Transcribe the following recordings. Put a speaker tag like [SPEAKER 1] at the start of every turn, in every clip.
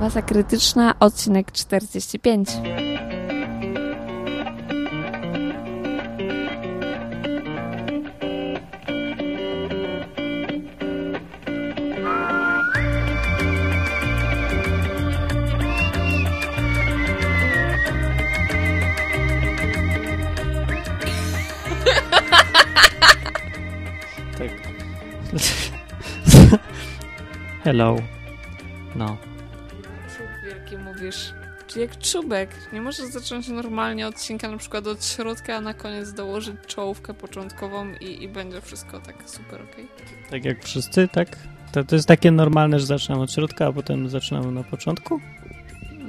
[SPEAKER 1] Masa Krytyczna, odcinek 45.
[SPEAKER 2] Tak. Hello. No.
[SPEAKER 3] Czub wielki mówisz. Czy jak czubek. Nie możesz zacząć normalnie odcinka na przykład od środka, a na koniec dołożyć czołówkę początkową i, i będzie wszystko tak super okej.
[SPEAKER 2] Tak jak wszyscy, tak? To, to jest takie normalne, że zaczynam od środka, a potem zaczynam na początku?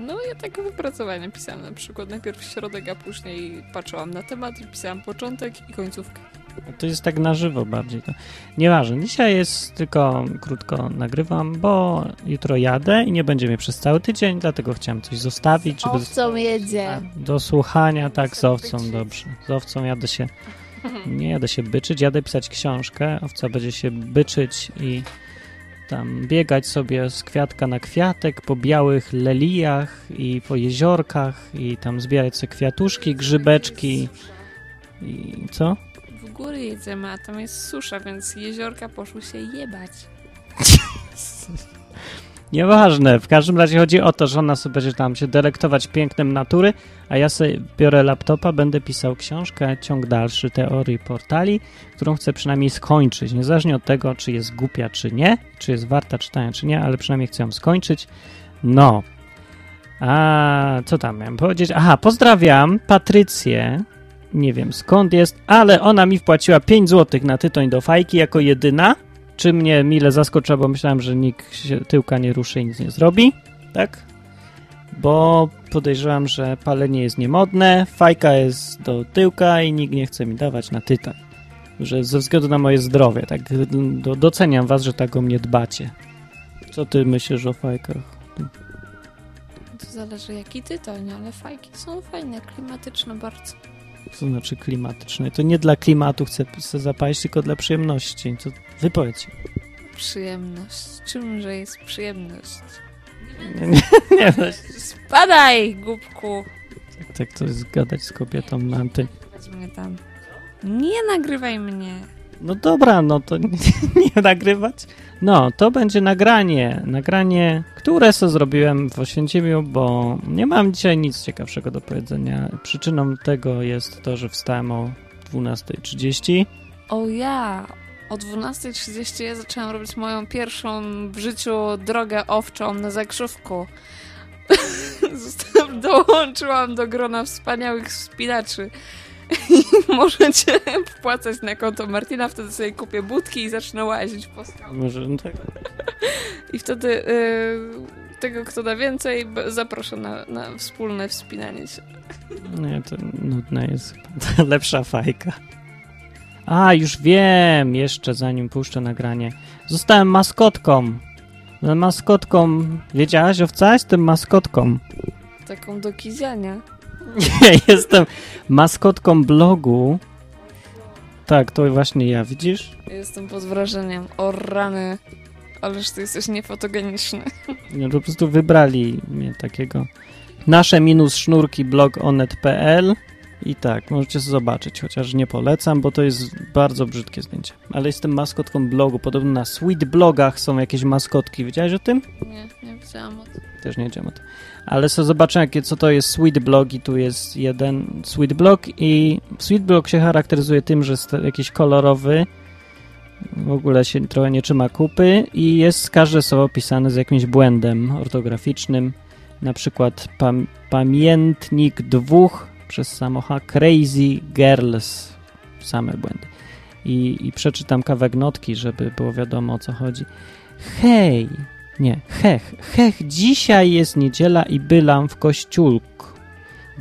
[SPEAKER 3] No ja tak wypracowanie pisałam na przykład. Najpierw środek, a później patrzyłam na temat i pisałam początek i końcówkę.
[SPEAKER 2] To jest tak na żywo bardziej. To... Nieważne. Dzisiaj jest tylko krótko nagrywam, bo jutro jadę i nie będzie mnie przez cały tydzień, dlatego chciałem coś zostawić, żeby
[SPEAKER 4] Owcą jedzie.
[SPEAKER 2] do słuchania, tak, z owcą, dobrze. Z owcą jadę się, nie jadę się byczyć, jadę pisać książkę, owca będzie się byczyć i tam biegać sobie z kwiatka na kwiatek po białych lelijach i po jeziorkach i tam zbierać sobie kwiatuszki, grzybeczki i co?
[SPEAKER 3] W góry jedziemy, a tam jest susza, więc jeziorka poszły się jebać.
[SPEAKER 2] Nieważne, w każdym razie chodzi o to, że ona sobie będzie tam się delektować pięknem natury, a ja sobie biorę laptopa, będę pisał książkę, ciąg dalszy teorii portali, którą chcę przynajmniej skończyć, niezależnie od tego, czy jest głupia, czy nie, czy jest warta czytania, czy nie, ale przynajmniej chcę ją skończyć. No. A co tam miałem powiedzieć? Aha, pozdrawiam Patrycję. Nie wiem skąd jest, ale ona mi wpłaciła 5 zł na tytoń do fajki jako jedyna czy mnie mile zaskoczyła, bo myślałem, że nikt się tyłka nie ruszy i nic nie zrobi, tak? Bo podejrzewam, że palenie jest niemodne, fajka jest do tyłka i nikt nie chce mi dawać na tytan. Że ze względu na moje zdrowie, tak? Do, doceniam was, że tak o mnie dbacie. Co ty myślisz o fajkach?
[SPEAKER 3] To zależy jaki tytoń, ale fajki są fajne, klimatyczne bardzo.
[SPEAKER 2] To znaczy klimatyczne. To nie dla klimatu chcę, chcę zapalić, tylko dla przyjemności. To wypowiedź.
[SPEAKER 3] Przyjemność. Czymże jest przyjemność?
[SPEAKER 2] Nie, nie, nie,
[SPEAKER 3] Spadaj, głupku!
[SPEAKER 2] tak, tak to jest gadać z kobietą na antenie.
[SPEAKER 3] Chodź mnie tam. Nie nagrywaj mnie.
[SPEAKER 2] No dobra, no to nie, nie nagrywać. No, to będzie nagranie. Nagranie, które se zrobiłem w Oświęcimiu, bo nie mam dzisiaj nic ciekawszego do powiedzenia. Przyczyną tego jest to, że wstałem o 12.30.
[SPEAKER 3] O ja! O 12.30 ja zaczęłam robić moją pierwszą w życiu drogę owczą na zakrzówku. Zostałam, dołączyłam do grona wspaniałych wspinaczy. I możecie wpłacać na konto Martina, wtedy sobie kupię budki i zacznę łazić po skałach.
[SPEAKER 2] Może no tak.
[SPEAKER 3] I wtedy yy, tego, kto da więcej, b- zaproszę na, na wspólne wspinanie się.
[SPEAKER 2] Nie, to nudne jest. To Lepsza fajka. A, już wiem, jeszcze zanim puszczę nagranie. Zostałem maskotką. No, Maskotką. Wiedziałaś, owca? Jestem maskotką.
[SPEAKER 3] Taką do kiziania.
[SPEAKER 2] Nie, jestem maskotką blogu. Tak, to właśnie ja, widzisz?
[SPEAKER 3] Jestem pod wrażeniem. O rany. Ależ ty jesteś niefotogeniczny.
[SPEAKER 2] Nie, Po prostu wybrali mnie takiego. Nasze minus sznurki blog onet.pl i tak, możecie zobaczyć, chociaż nie polecam, bo to jest bardzo brzydkie zdjęcie. Ale jestem maskotką blogu. Podobno na sweet blogach są jakieś maskotki. Wiedziałeś o tym?
[SPEAKER 3] Nie, nie wiedziałam o tym.
[SPEAKER 2] Też nie wiedziałem o tym. Ale sobie zobaczę, jakie, co to jest sweet blog i tu jest jeden sweet blog i sweet blog się charakteryzuje tym, że jest jakiś kolorowy, w ogóle się trochę nie trzyma kupy i jest każde słowo pisane z jakimś błędem ortograficznym, na przykład pam- pamiętnik dwóch przez samocha Crazy Girls, same błędy. I, I przeczytam kawałek notki, żeby było wiadomo o co chodzi. Hej, nie, hech, hech, dzisiaj jest niedziela i bylam w kościółku.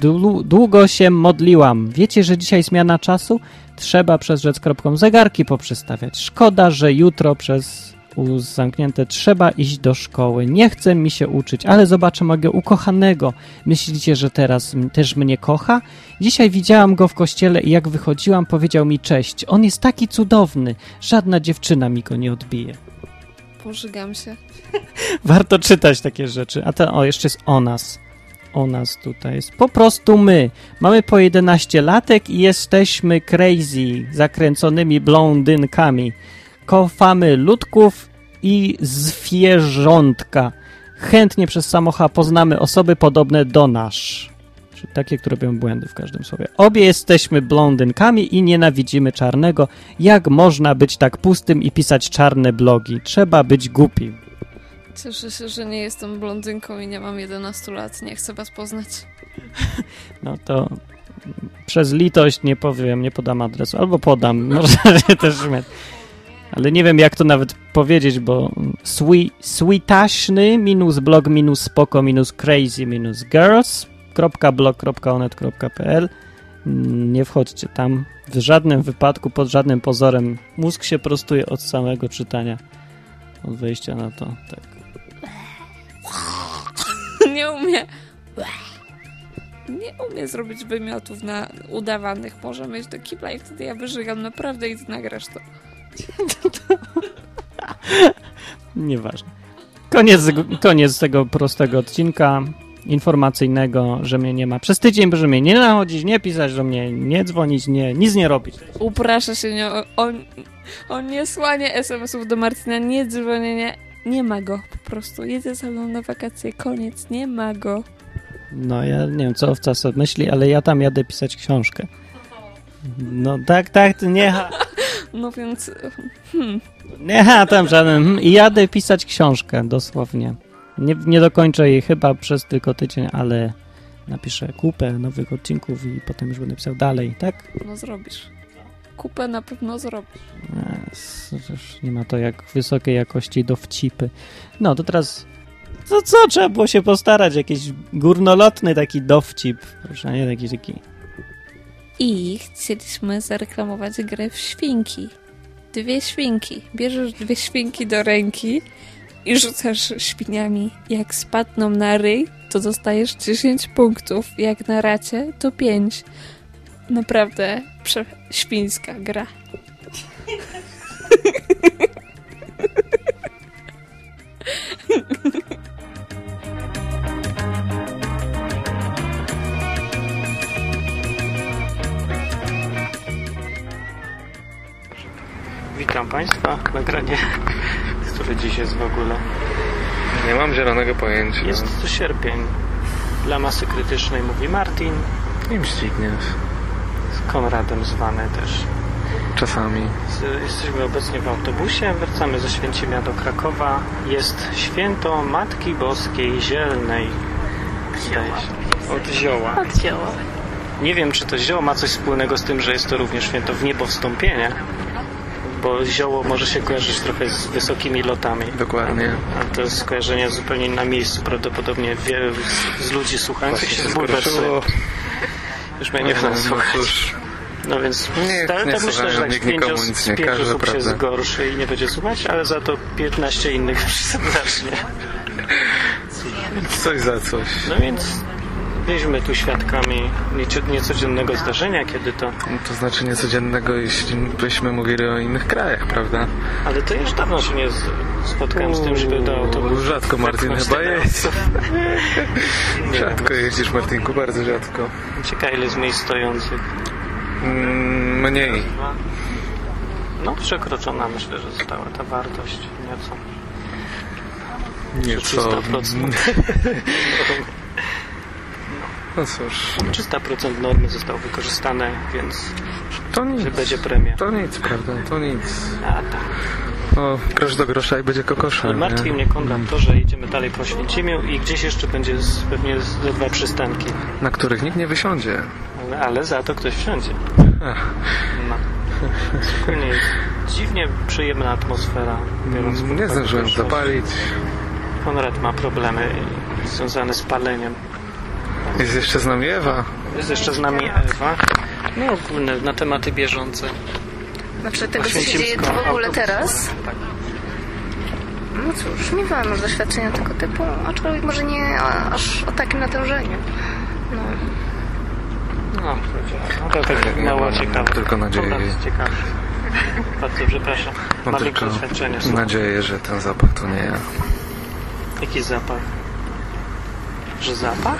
[SPEAKER 2] Dlu- Długo się modliłam. Wiecie, że dzisiaj zmiana czasu? Trzeba przez rzec kropką zegarki poprzestawiać. Szkoda, że jutro przez uz zamknięte trzeba iść do szkoły. Nie chce mi się uczyć, ale zobaczę mojego ukochanego. Myślicie, że teraz m- też mnie kocha? Dzisiaj widziałam go w kościele i jak wychodziłam, powiedział mi cześć. On jest taki cudowny. Żadna dziewczyna mi go nie odbije.
[SPEAKER 3] pożygam się.
[SPEAKER 2] Warto czytać takie rzeczy. A to, o, jeszcze jest o nas. O nas tutaj jest. Po prostu my. Mamy po 11 latek i jesteśmy crazy, zakręconymi blondynkami. Kofamy ludków i zwierzątka. Chętnie przez samocha poznamy osoby podobne do nasz. Czyli takie, które robią błędy w każdym słowie. Obie jesteśmy blondynkami i nienawidzimy czarnego. Jak można być tak pustym i pisać czarne blogi? Trzeba być głupim.
[SPEAKER 3] Cieszę się, że nie jestem blondynką i nie mam 11 lat. Nie chcę was poznać.
[SPEAKER 2] No to przez litość nie powiem, nie podam adresu. Albo podam, może się też śmiać. Ale nie wiem, jak to nawet powiedzieć, bo swi, switaśny minus blog minus spoko minus crazy minus girls kropka blog kropka onet kropka pl. Nie wchodźcie tam w żadnym wypadku, pod żadnym pozorem. Mózg się prostuje od samego czytania, od wejścia na to. Tak.
[SPEAKER 3] Nie umie. Nie umie zrobić wymiotów na udawanych. Może mieć do kibla i wtedy ja wyżygam naprawdę i ty nagrasz to.
[SPEAKER 2] Nieważne. Koniec, koniec tego prostego odcinka informacyjnego, że mnie nie ma. Przez tydzień proszę mnie nie nachodzić, nie pisać do mnie, nie dzwonić, nie, nic nie robić.
[SPEAKER 3] Uprasza się nie, o, o, o niesłanie SMS-ów do Martina, nie dzwonienie. Nie ma go po prostu. Jedzie ze mną na wakacje, koniec, nie ma go.
[SPEAKER 2] No ja nie wiem, co owca sobie myśli, ale ja tam jadę pisać książkę. No tak, tak, ty nie ha,
[SPEAKER 3] No więc
[SPEAKER 2] nie ha tam żaden. hmm, I jadę pisać książkę, dosłownie. Nie, nie dokończę jej chyba przez tylko tydzień, ale napiszę kupę nowych odcinków i potem już będę pisał dalej, tak?
[SPEAKER 3] no zrobisz. Kupę na pewno zrobisz.
[SPEAKER 2] E, s- s- Nie ma to jak wysokiej jakości dowcipy. No to teraz. Co, co trzeba było się postarać? Jakiś górnolotny taki dowcip. Proszę, nie taki taki.
[SPEAKER 1] I chcieliśmy zareklamować grę w świnki.
[SPEAKER 3] Dwie świnki. Bierzesz dwie świnki do ręki i rzucasz świniami. Jak spadną na ryj, to dostajesz 10 punktów. Jak na racie, to 5. Naprawdę prze- świńska gra.
[SPEAKER 2] Witam Państwa. Nagranie, które dziś jest w ogóle.
[SPEAKER 4] Nie mam zielonego pojęcia.
[SPEAKER 2] Jest to sierpień. Dla masy krytycznej mówi Martin.
[SPEAKER 4] Im ścigniesz.
[SPEAKER 2] Z Konradem zwany też.
[SPEAKER 4] Czasami.
[SPEAKER 2] Z- Jesteśmy obecnie w autobusie, wracamy ze Święcimia do Krakowa. Jest święto Matki Boskiej Zielnej. Zdaje się. Od zioła. Od zioła. Nie wiem, czy to zioło ma coś wspólnego z tym, że jest to również święto w niebo wstąpienie, bo zioło może się kojarzyć trochę z wysokimi lotami.
[SPEAKER 4] Dokładnie.
[SPEAKER 2] A to jest skojarzenie zupełnie na miejscu. Prawdopodobnie wielu z, z ludzi słuchających się zbulwersuje. Już mnie nie no. chcą słuchać.
[SPEAKER 4] cóż.
[SPEAKER 2] No więc
[SPEAKER 4] Nie,
[SPEAKER 2] ale
[SPEAKER 4] nie
[SPEAKER 2] tak myślę,
[SPEAKER 4] słuchają,
[SPEAKER 2] że tak
[SPEAKER 4] nikt
[SPEAKER 2] pięć
[SPEAKER 4] nikomu
[SPEAKER 2] osób,
[SPEAKER 4] nic
[SPEAKER 2] z
[SPEAKER 4] nie
[SPEAKER 2] pięć
[SPEAKER 4] każe,
[SPEAKER 2] osób się
[SPEAKER 4] prawda?
[SPEAKER 2] zgorszy i nie będzie słuchać, ale za to 15 innych zacznie.
[SPEAKER 4] Coś za coś.
[SPEAKER 2] No więc byliśmy tu świadkami nieco- niecodziennego zdarzenia, kiedy to...
[SPEAKER 4] No To znaczy niecodziennego, jeśli byśmy mówili o innych krajach, prawda?
[SPEAKER 2] Ale to już dawno się nie z- spotkałem z tym, żeby do autobusu...
[SPEAKER 4] Rzadko Martin
[SPEAKER 2] wepchnąć
[SPEAKER 4] chyba
[SPEAKER 2] tyle
[SPEAKER 4] jeździ.
[SPEAKER 2] osób. Nie wiem,
[SPEAKER 4] Rzadko jeździsz Martinku, bardzo rzadko.
[SPEAKER 2] ciekawe ile jest miejsc stojących.
[SPEAKER 4] Mm, Mniej.
[SPEAKER 2] No przekroczona myślę, że została ta wartość nieco.
[SPEAKER 4] Nieco.
[SPEAKER 2] 300%.
[SPEAKER 4] No cóż.
[SPEAKER 2] 300% normy zostało wykorzystane, więc
[SPEAKER 4] To nic.
[SPEAKER 2] że będzie premia.
[SPEAKER 4] To nic, prawda? To nic.
[SPEAKER 2] A tak.
[SPEAKER 4] O, grosz do grosza i będzie
[SPEAKER 2] Ale
[SPEAKER 4] kokoszem.
[SPEAKER 2] martwi mnie Konrad to, że idziemy dalej po Święcimiu i gdzieś jeszcze będzie z, pewnie z, ze dwa przystanki.
[SPEAKER 4] Na których nikt nie wysiądzie.
[SPEAKER 2] Ale, ale za to ktoś wsiądzie. No. Szczególnie jest dziwnie przyjemna atmosfera. biorąc pod
[SPEAKER 4] Nie
[SPEAKER 2] uwagę,
[SPEAKER 4] zdążyłem
[SPEAKER 2] że
[SPEAKER 4] zapalić.
[SPEAKER 2] Konrad ma problemy związane z paleniem.
[SPEAKER 4] Jest jeszcze z nami Ewa.
[SPEAKER 2] Jest jeszcze z nami Ewa. No ogólne, na tematy bieżące.
[SPEAKER 5] Znaczy tego, co się
[SPEAKER 2] Oświęcimsko,
[SPEAKER 5] dzieje tu w ogóle
[SPEAKER 2] autobus.
[SPEAKER 5] teraz.
[SPEAKER 2] Tak.
[SPEAKER 5] No cóż, nie mam doświadczenia tego typu, aczkolwiek może nie a- aż o takim natężeniu. No,
[SPEAKER 2] No, no to tak mało ciekawe.
[SPEAKER 4] Tylko nadzieję.
[SPEAKER 2] Konrad jest ciekawy. Bardzo przepraszam.
[SPEAKER 4] Mam
[SPEAKER 2] Mam
[SPEAKER 4] tylko
[SPEAKER 2] jakieś doświadczenie. słucham.
[SPEAKER 4] nadzieję, że ten zapach to nie ja.
[SPEAKER 2] Jaki zapach? Że zapach?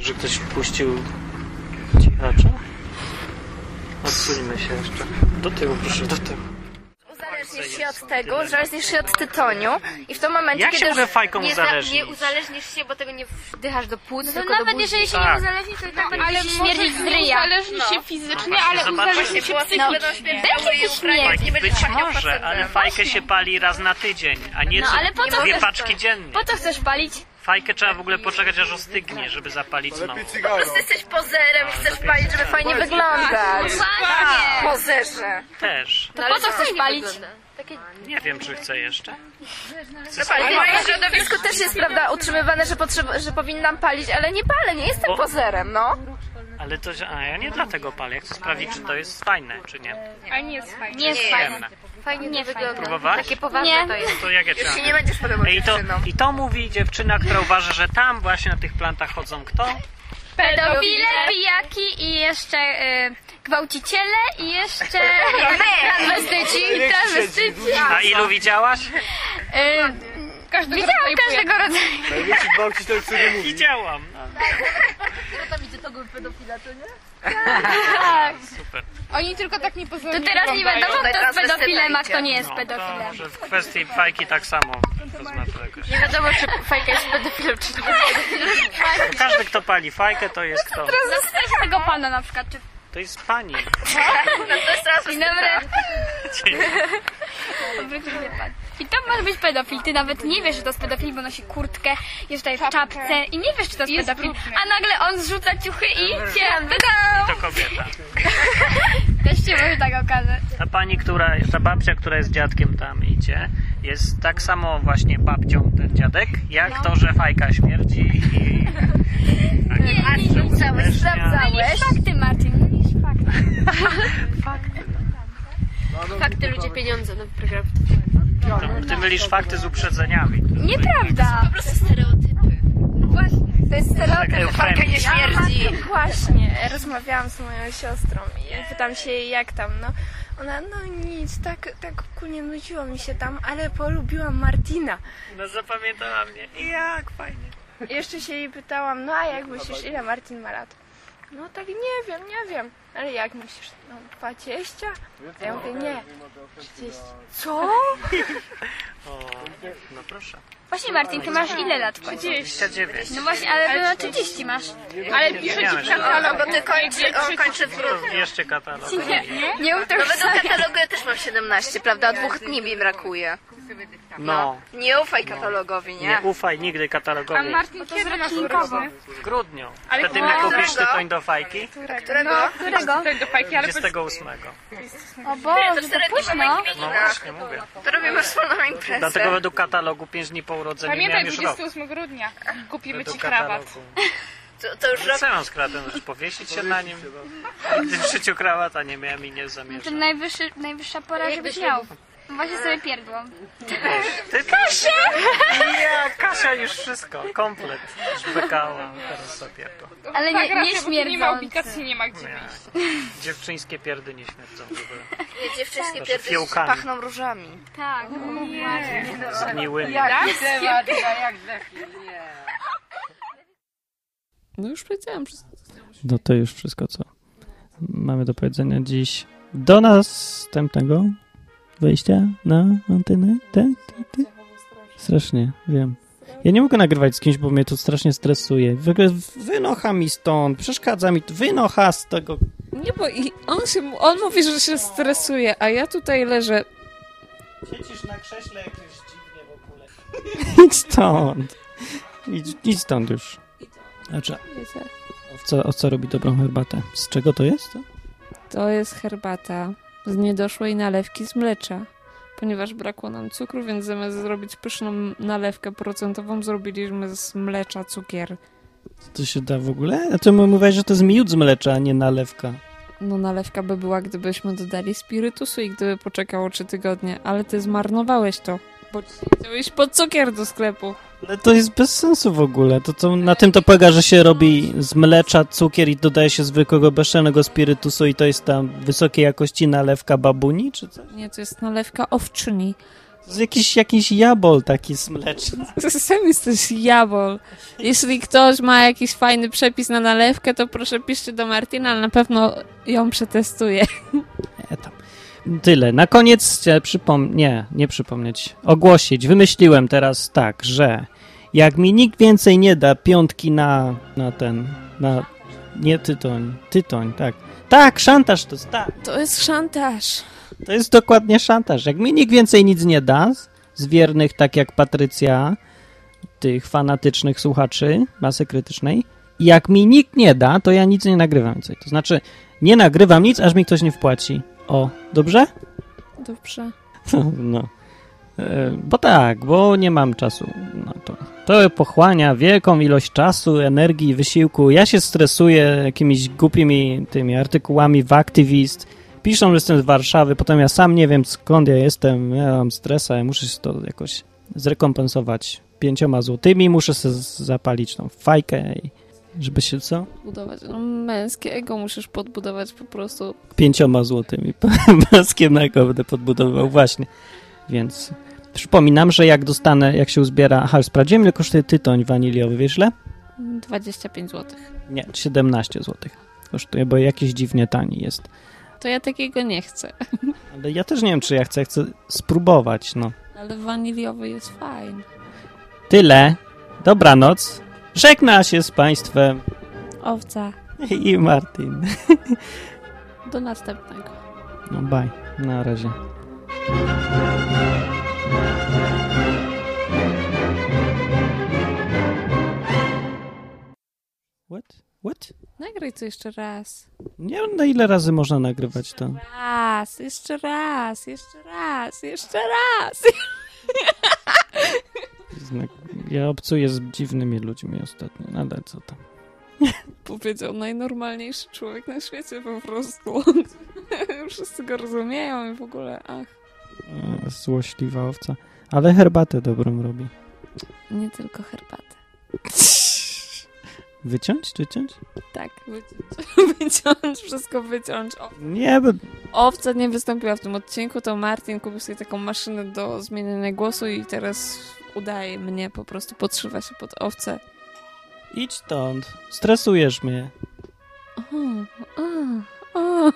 [SPEAKER 2] Że ktoś puścił cichacza? Odsuńmy się jeszcze. Do tyłu, proszę, do tyłu.
[SPEAKER 5] Uzależnisz się od tego, uzależnisz się od tytoniu i w tym momencie,
[SPEAKER 2] Jak
[SPEAKER 5] kiedy
[SPEAKER 2] się
[SPEAKER 5] już
[SPEAKER 2] mogę fajką
[SPEAKER 5] nie, za-
[SPEAKER 2] uzależnić?
[SPEAKER 5] nie uzależnisz się, bo tego nie wdychasz do płuc,
[SPEAKER 6] No
[SPEAKER 5] tylko do
[SPEAKER 6] nawet
[SPEAKER 5] buzi.
[SPEAKER 6] jeżeli się
[SPEAKER 2] Tak.
[SPEAKER 6] nie uzależni, to i tak no,
[SPEAKER 5] ale
[SPEAKER 6] będzie się śmierdzić z ryja. No.
[SPEAKER 7] Uzależni się fizycznie,
[SPEAKER 2] Właśnie,
[SPEAKER 7] ale
[SPEAKER 2] zobaczcie,
[SPEAKER 7] uzależni się
[SPEAKER 5] włosy
[SPEAKER 7] psychicznie.
[SPEAKER 5] będą
[SPEAKER 6] Będzie się śmierdzić.
[SPEAKER 2] Być może, ale fajkę się pali raz na tydzień, a nie
[SPEAKER 6] No,
[SPEAKER 2] co-
[SPEAKER 6] ale po co
[SPEAKER 2] dwie
[SPEAKER 6] chcesz
[SPEAKER 2] paczki dziennie.
[SPEAKER 6] Po co chcesz palić?
[SPEAKER 2] Fajkę trzeba w ogóle poczekać aż ostygnie, żeby zapalić znowu.
[SPEAKER 5] Jesteś pozerem i chcesz palić, żeby fajnie wyglądać.
[SPEAKER 6] Właśnie!
[SPEAKER 5] Pozerze.
[SPEAKER 2] Też.
[SPEAKER 6] To po co chcesz palić?
[SPEAKER 2] Nie wiem, czy chcę jeszcze.
[SPEAKER 5] W moim środowisku też jest, prawda, utrzymywane, że, potrzeba, że powinnam palić, ale nie palę, nie jestem
[SPEAKER 2] O.
[SPEAKER 5] pozerem, no.
[SPEAKER 2] Ale to, a ja nie dlatego palę. Chcę sprawdzić, czy to jest fajne, czy nie.
[SPEAKER 7] A nie jest fajnie.
[SPEAKER 6] Nie jest fajne.
[SPEAKER 2] Przyjemne.
[SPEAKER 5] Fajnie nie wygląda.
[SPEAKER 2] Próbowałaś?
[SPEAKER 5] poważne
[SPEAKER 6] Nie.
[SPEAKER 5] jest.
[SPEAKER 2] To jak ja trzeba?
[SPEAKER 5] nie będziesz podobał
[SPEAKER 2] No I to, I to mówi dziewczyna, która uważa, że tam właśnie na tych plantach chodzą kto?
[SPEAKER 6] Pedofile, pijaki i jeszcze y, gwałciciele i jeszcze transwestyci. Transwestyci.
[SPEAKER 2] A ilu widziałaś?
[SPEAKER 6] Y,
[SPEAKER 7] Każdy
[SPEAKER 6] Widziałam każdego rodzaju.
[SPEAKER 2] Widziałam. No,
[SPEAKER 7] Oni tylko tak nie pozwolili.
[SPEAKER 6] To teraz nie wiadomo,
[SPEAKER 5] Tutaj
[SPEAKER 6] kto jest
[SPEAKER 5] transwestyta
[SPEAKER 6] pedofilem, a
[SPEAKER 5] idzie.
[SPEAKER 6] kto nie
[SPEAKER 2] no,
[SPEAKER 6] jest
[SPEAKER 2] to
[SPEAKER 6] pedofilem.
[SPEAKER 2] może w kwestii fajki tak samo. Wezmę to jakoś.
[SPEAKER 6] Nie wiadomo, czy fajka jest pedofilem, czy nie.
[SPEAKER 2] Każdy, kto pali fajkę, to jest kto?
[SPEAKER 6] Zostaw tego pana na przykład, czy
[SPEAKER 2] To jest pani.
[SPEAKER 6] Dzień dobry. Dobry, dzień pan. I to może być pedofil. Ty nawet nie wiesz, że to jest pedofil, bo nosi kurtkę, jest tutaj w czapce i nie wiesz, czy to jest,
[SPEAKER 7] Jest
[SPEAKER 6] pedofil.
[SPEAKER 7] brudny.
[SPEAKER 6] A nagle on zrzuca ciuchy i cię pedofil.
[SPEAKER 2] To kobieta.
[SPEAKER 6] Też się może tak okazać.
[SPEAKER 2] Ta pani, która, ta babcia, która jest dziadkiem tam idzie, jest tak samo właśnie babcią ten dziadek, jak
[SPEAKER 6] No.
[SPEAKER 2] to, że fajka śmierdzi i... A nie,
[SPEAKER 5] Sprawdzałeś, sprawdzałeś.
[SPEAKER 6] No Fakty, Marcin, mówisz fakty.
[SPEAKER 5] Fakty, ludzie, pieniądze, nowy program.
[SPEAKER 2] Ty mylisz fakty z uprzedzeniami.
[SPEAKER 6] No Nieprawda. No
[SPEAKER 5] To jest
[SPEAKER 2] Tak,
[SPEAKER 5] stereotyp,
[SPEAKER 2] eufemizm.
[SPEAKER 5] nie śmierdzi.
[SPEAKER 7] Właśnie, rozmawiałam z moją siostrą i pytam się jej jak tam, no. Ona, no nic, tak, tak ku nie nudziło mi się tam, ale polubiłam Martina.
[SPEAKER 2] No zapamiętała mnie. I Jak fajnie.
[SPEAKER 7] Jeszcze się jej pytałam, no a jak myślisz, ile Martin ma lat? No tak nie wiem, nie wiem. Ale jak myślisz? No 20? A ja mówię, nie, 30. Co?
[SPEAKER 2] O, no proszę.
[SPEAKER 6] Właśnie, Marcin, ty masz ile lat w końcu?
[SPEAKER 2] 29.
[SPEAKER 6] No właśnie, ale ty na 30 masz.
[SPEAKER 7] Ale pisze
[SPEAKER 2] Nie wiem,
[SPEAKER 5] No, bo ty kończy, on
[SPEAKER 7] tak,
[SPEAKER 5] kończy w grudniu.
[SPEAKER 2] to jeszcze katalog.
[SPEAKER 6] Nie mów to już
[SPEAKER 5] Według katalogu ja też mam 17, prawda? Od dwóch dni mi brakuje.
[SPEAKER 2] No,
[SPEAKER 5] Nie ufaj katalogowi,
[SPEAKER 2] nie
[SPEAKER 5] nie?
[SPEAKER 2] ufaj nigdy katalogowi.
[SPEAKER 7] Martin to zręcznikowo.
[SPEAKER 2] W grudniu. Wtedy mi kupisz tytoń do fajki
[SPEAKER 5] Którego?
[SPEAKER 6] którego?
[SPEAKER 7] Do fajki, ale
[SPEAKER 2] 28.
[SPEAKER 6] O Boże, to późno.
[SPEAKER 2] No właśnie, mówię.
[SPEAKER 5] To robimy wspólną imprezę.
[SPEAKER 2] Dlatego według katalogu 5 dni po urodzeniu
[SPEAKER 7] Pamiętaj,
[SPEAKER 2] miałem już rok.
[SPEAKER 7] 28 grudnia kupimy ci
[SPEAKER 2] Według
[SPEAKER 7] krawat.
[SPEAKER 2] katalogu.
[SPEAKER 5] To, to już
[SPEAKER 2] No
[SPEAKER 5] rok
[SPEAKER 2] Co mam z kratem? Już Powiesić się na nim? Nigdy w życiu krawata nie miałem i nie
[SPEAKER 6] To
[SPEAKER 2] zamierzam.
[SPEAKER 6] najwyższy, najwyższa pora, żebyś miał. Właśnie sobie pierdło.
[SPEAKER 2] Ty Kasia! Ja, Kasia już wszystko, komplet. Już Bekała, teraz zapierdła.
[SPEAKER 6] Ale
[SPEAKER 7] Tak,
[SPEAKER 6] nie,
[SPEAKER 7] racja,
[SPEAKER 6] nie
[SPEAKER 7] bo tu Nie ma
[SPEAKER 6] śmierdzący.
[SPEAKER 7] ubikacji, nie ma gdzie wyjść.
[SPEAKER 2] Dziewczyńskie pierdy nie śmierdzą w ogóle.
[SPEAKER 5] Wiecie, wszystkie
[SPEAKER 2] Znaczy
[SPEAKER 5] pierdy
[SPEAKER 2] fiołkami.
[SPEAKER 5] pachną różami.
[SPEAKER 6] Tak,
[SPEAKER 2] Zgniłymi.
[SPEAKER 3] No już powiedziałam, że
[SPEAKER 8] No to już wszystko, co mamy do powiedzenia dziś. Do następnego wyjścia na antenę. Te, te, te. Strasznie, wiem. Ja nie mogę nagrywać z kimś, bo mnie to strasznie stresuje. W ogóle wynocha mi stąd, przeszkadza mi, wynocha z tego.
[SPEAKER 3] Nie, bo i on, się, on mówi, że się stresuje, a ja tutaj leżę.
[SPEAKER 8] Siedzisz na krześle jakieś dziwnie w ogóle. Idź stąd. Idź, idź stąd już. Znaczy,
[SPEAKER 3] Wiecie,
[SPEAKER 8] owca, owca robi dobrą herbatę. Z czego to jest? To?
[SPEAKER 3] to jest herbata z niedoszłej nalewki z mlecza. Ponieważ brakło nam cukru, więc zamiast zrobić pyszną nalewkę procentową, zrobiliśmy z mlecza cukier.
[SPEAKER 8] To się da w ogóle? A ty mu mówiłeś, że to jest miód z mlecza, a nie nalewka.
[SPEAKER 3] No nalewka by była, gdybyśmy dodali spirytusu i gdyby poczekało trzy tygodnie, ale ty zmarnowałeś to. Bo dzisiaj chciałeś po cukier do sklepu.
[SPEAKER 8] Ale No to jest bez sensu w ogóle. To, to, na tym to polega, że się robi z mlecza cukier i dodaje się zwykłego bezczelnego spirytusu i to jest tam wysokiej jakości nalewka babuni, czy co?
[SPEAKER 3] Nie, to jest nalewka owczyni.
[SPEAKER 8] To jest jakiś, jakiś jabol taki smleczny.
[SPEAKER 3] To sam jesteś jabol. Jeśli ktoś ma jakiś fajny przepis na nalewkę, to proszę piszcie do Martina, ale na pewno ją przetestuje.
[SPEAKER 8] E, tam. Tyle. Na koniec chcę przypomnieć, nie, nie przypomnieć, ogłosić. Wymyśliłem teraz tak, że jak mi nikt więcej nie da piątki na, na ten, na, nie tytoń, tytoń, tak. Tak, szantaż to jest, tak.
[SPEAKER 3] To jest szantaż.
[SPEAKER 8] To jest dokładnie szantaż. Jak mi nikt więcej nic nie da, z- z wiernych, tak jak Patrycja, tych fanatycznych słuchaczy masy krytycznej, jak mi nikt nie da, to ja nic nie nagrywam więcej. To znaczy, nie nagrywam nic, aż mi ktoś nie wpłaci. O, dobrze?
[SPEAKER 3] Dobrze.
[SPEAKER 8] No. E, Bo tak, bo nie mam czasu na to. To pochłania wielką ilość czasu, energii, wysiłku. Ja się stresuję jakimiś głupimi tymi artykułami w Activist. Piszą, że jestem z Warszawy, potem ja sam nie wiem skąd ja jestem. Ja mam stresa, ja muszę się to jakoś zrekompensować pięcioma złotymi. Muszę sobie z- zapalić tą fajkę, i- żeby się co?
[SPEAKER 3] Budować. No, męskie ego musisz podbudować po prostu.
[SPEAKER 8] pięcioma złotymi. Maskiemnego będę podbudowywał, właśnie. Więc przypominam, że jak dostanę, jak się uzbiera... Aha, już sprawdziłem, ile kosztuje tytoń waniliowy, wiesz ile?
[SPEAKER 3] 25 zł.
[SPEAKER 8] Nie, 17 złotych kosztuje, bo jakiś dziwnie tani jest.
[SPEAKER 3] To ja takiego nie chcę.
[SPEAKER 8] Ale ja też nie wiem, czy ja chcę, chcę spróbować, no.
[SPEAKER 3] Ale waniliowy jest fajny.
[SPEAKER 8] Tyle. Dobranoc. Żegna się z państwem
[SPEAKER 3] Owca.
[SPEAKER 8] i Martin.
[SPEAKER 3] Do następnego.
[SPEAKER 8] No bye. Na razie. What? What?
[SPEAKER 3] Nagraj to jeszcze raz.
[SPEAKER 8] Nie wiem, na ile razy można nagrywać to.
[SPEAKER 3] Raz, jeszcze raz, jeszcze raz, jeszcze raz.
[SPEAKER 8] Ja obcuję z dziwnymi ludźmi ostatnio, no ale co tam.
[SPEAKER 3] Powiedział najnormalniejszy człowiek na świecie po prostu. Wszyscy go rozumieją i w ogóle, ach.
[SPEAKER 8] E, Złośliwa owca. Ale herbatę dobrą robi.
[SPEAKER 3] Nie tylko herbatę.
[SPEAKER 8] Wyciąć czy ciąć?
[SPEAKER 3] Tak, wyciąć. wyciąć, wszystko wyciąć. O,
[SPEAKER 8] Nie, bo
[SPEAKER 3] owca nie wystąpiła w tym odcinku, to Martin kupił sobie taką maszynę do zmieniania głosu i teraz udaje mnie, po prostu podszywa się pod owce.
[SPEAKER 8] idź stąd. Stresujesz mnie.
[SPEAKER 3] O, o, o.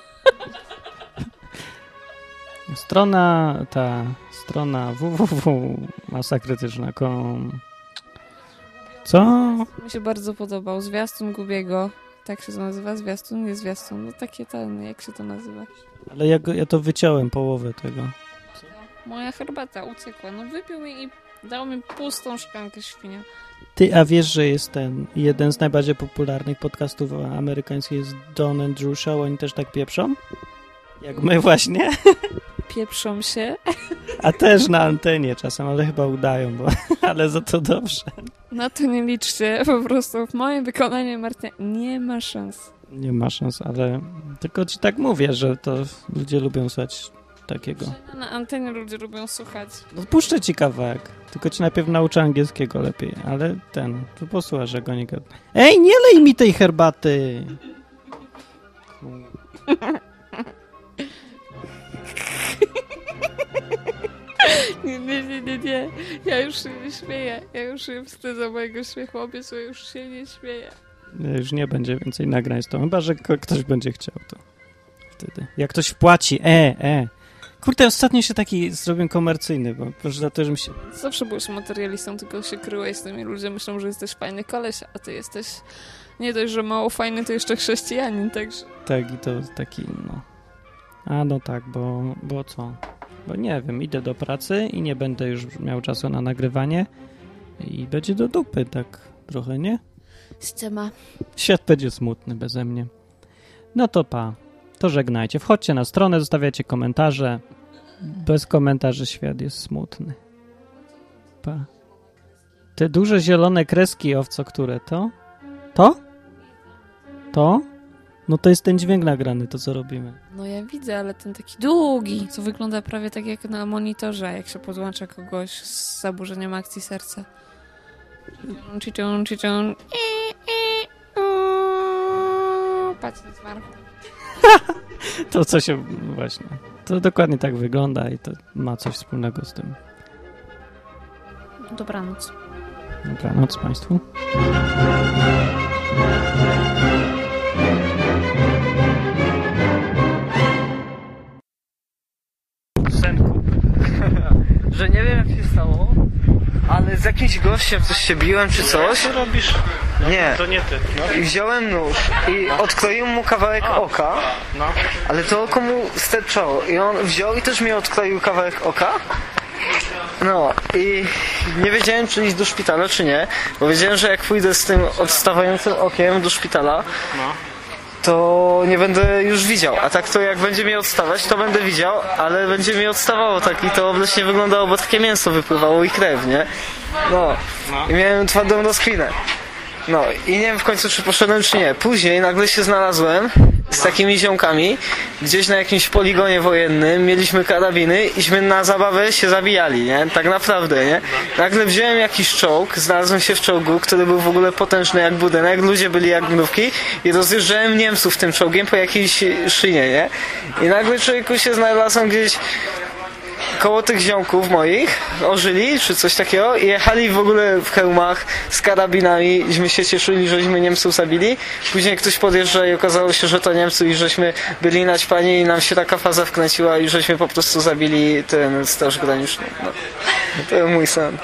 [SPEAKER 8] Strona ta, strona www.masakrytyczna.com Co?
[SPEAKER 3] Mi się bardzo podobał. Zwiastun Gubiego. Tak się to nazywa? Zwiastun? Nie zwiastun. No takie ten, jak się to nazywa?
[SPEAKER 8] Ale ja, go, ja to wyciąłem połowę tego.
[SPEAKER 3] Moja herbata uciekła. No wypił mi i dał mi pustą szklankę świnia.
[SPEAKER 8] Ty, a wiesz, że jest ten, jeden z najbardziej popularnych podcastów amerykańskich jest Don and Drew Show, oni też tak pieprzą? Jak my właśnie,
[SPEAKER 3] Pieprzą się.
[SPEAKER 8] a też na antenie czasem, ale chyba udają, bo, ale za to dobrze.
[SPEAKER 3] Na to nie liczcie. Po prostu w moim wykonaniu Martina nie ma szans.
[SPEAKER 8] Nie ma szans, ale tylko ci tak mówię, że to ludzie lubią słuchać takiego.
[SPEAKER 3] No, Na antenie ludzie lubią słuchać.
[SPEAKER 8] No puszczę ci kawałek. Tylko ci najpierw nauczę angielskiego lepiej, ale ten, tu posłuchasz, że go nie gada. Ej, nie lej mi tej herbaty!
[SPEAKER 3] Nie, nie, nie, nie, nie. Ja już się nie śmieję. Ja już się wstydzę mojego śmiechu. Obiecuję, już się nie śmieję.
[SPEAKER 8] Nie, Już nie będzie więcej nagrań z tą, chyba że ko- ktoś będzie chciał to. Wtedy. Jak ktoś wpłaci, e, e. Kurde, ostatnio się taki zrobiłem komercyjny, bo proszę za to, że mi się...
[SPEAKER 3] Zawsze byłeś materialistą, tylko się kryłeś z tymi ludzie myślą, że jesteś fajny koleś, a ty jesteś nie dość, że mało fajny, to jeszcze chrześcijanin, także
[SPEAKER 8] Tak, i to taki, no... A, no tak, bo, bo co? Bo nie wiem, idę do pracy i nie będę już miał czasu na nagrywanie i będzie do dupy tak trochę, nie?
[SPEAKER 3] scema.
[SPEAKER 8] Świat będzie smutny beze mnie. No to pa. To żegnajcie. Wchodźcie na stronę, zostawiajcie komentarze. Bez komentarzy świat jest smutny. Pa. Te duże zielone kreski, owco, które to? To? To?
[SPEAKER 2] No to jest ten dźwięk nagrany, to co robimy.
[SPEAKER 1] No ja widzę, ale ten taki długi, co wygląda prawie tak jak na monitorze, jak się podłącza kogoś z zaburzeniem akcji serca. Chichon, chichon, Patrz na zmarł.
[SPEAKER 2] To co się właśnie. To dokładnie tak wygląda i to ma coś wspólnego z tym.
[SPEAKER 1] Dobranoc.
[SPEAKER 2] Dobranoc Państwu.
[SPEAKER 9] Senku.
[SPEAKER 8] Że nie wiem jak się stało, ale z jakimś gościem coś się biłem czy coś.
[SPEAKER 9] Co robisz?
[SPEAKER 8] Nie.
[SPEAKER 9] To nie ty.
[SPEAKER 8] I wziąłem nóż i odkleiłem mu kawałek oka,
[SPEAKER 9] No.
[SPEAKER 8] ale to oko mu sterczało i on wziął i też mi odkleił kawałek oka. No i nie wiedziałem czy iść do szpitala czy nie, bo wiedziałem, że jak pójdę z tym odstawającym okiem do szpitala, to nie będę już widział. A tak to jak będzie mi odstawać, to będę widział, ale będzie mi odstawało tak i to obleśnie wyglądało, bo takie mięso wypływało i krew, nie? No. I miałem twardą rozklinę. No i nie wiem w końcu czy poszedłem czy nie. Później nagle się znalazłem z takimi ziomkami gdzieś na jakimś poligonie wojennym, mieliśmy karabiny, iśmy na zabawę się zabijali, nie? Tak naprawdę, nie? Nagle wziąłem jakiś czołg, znalazłem się w czołgu, który był w ogóle potężny jak budynek, ludzie byli jak mrówki i rozjeżdżałem Niemców tym czołgiem po jakiejś szynie, nie? I nagle człowieku się znalazłem gdzieś koło tych ziomków moich, ożyli czy coś takiego i jechali w ogóle w hełmach z karabinami iśmy się cieszyli, żeśmy Niemców zabili. Później ktoś podjeżdża i okazało się, że to Niemcy i żeśmy byli naćpani i nam się taka faza wkręciła i żeśmy po prostu zabili ten straż graniczny. No. To był mój sen.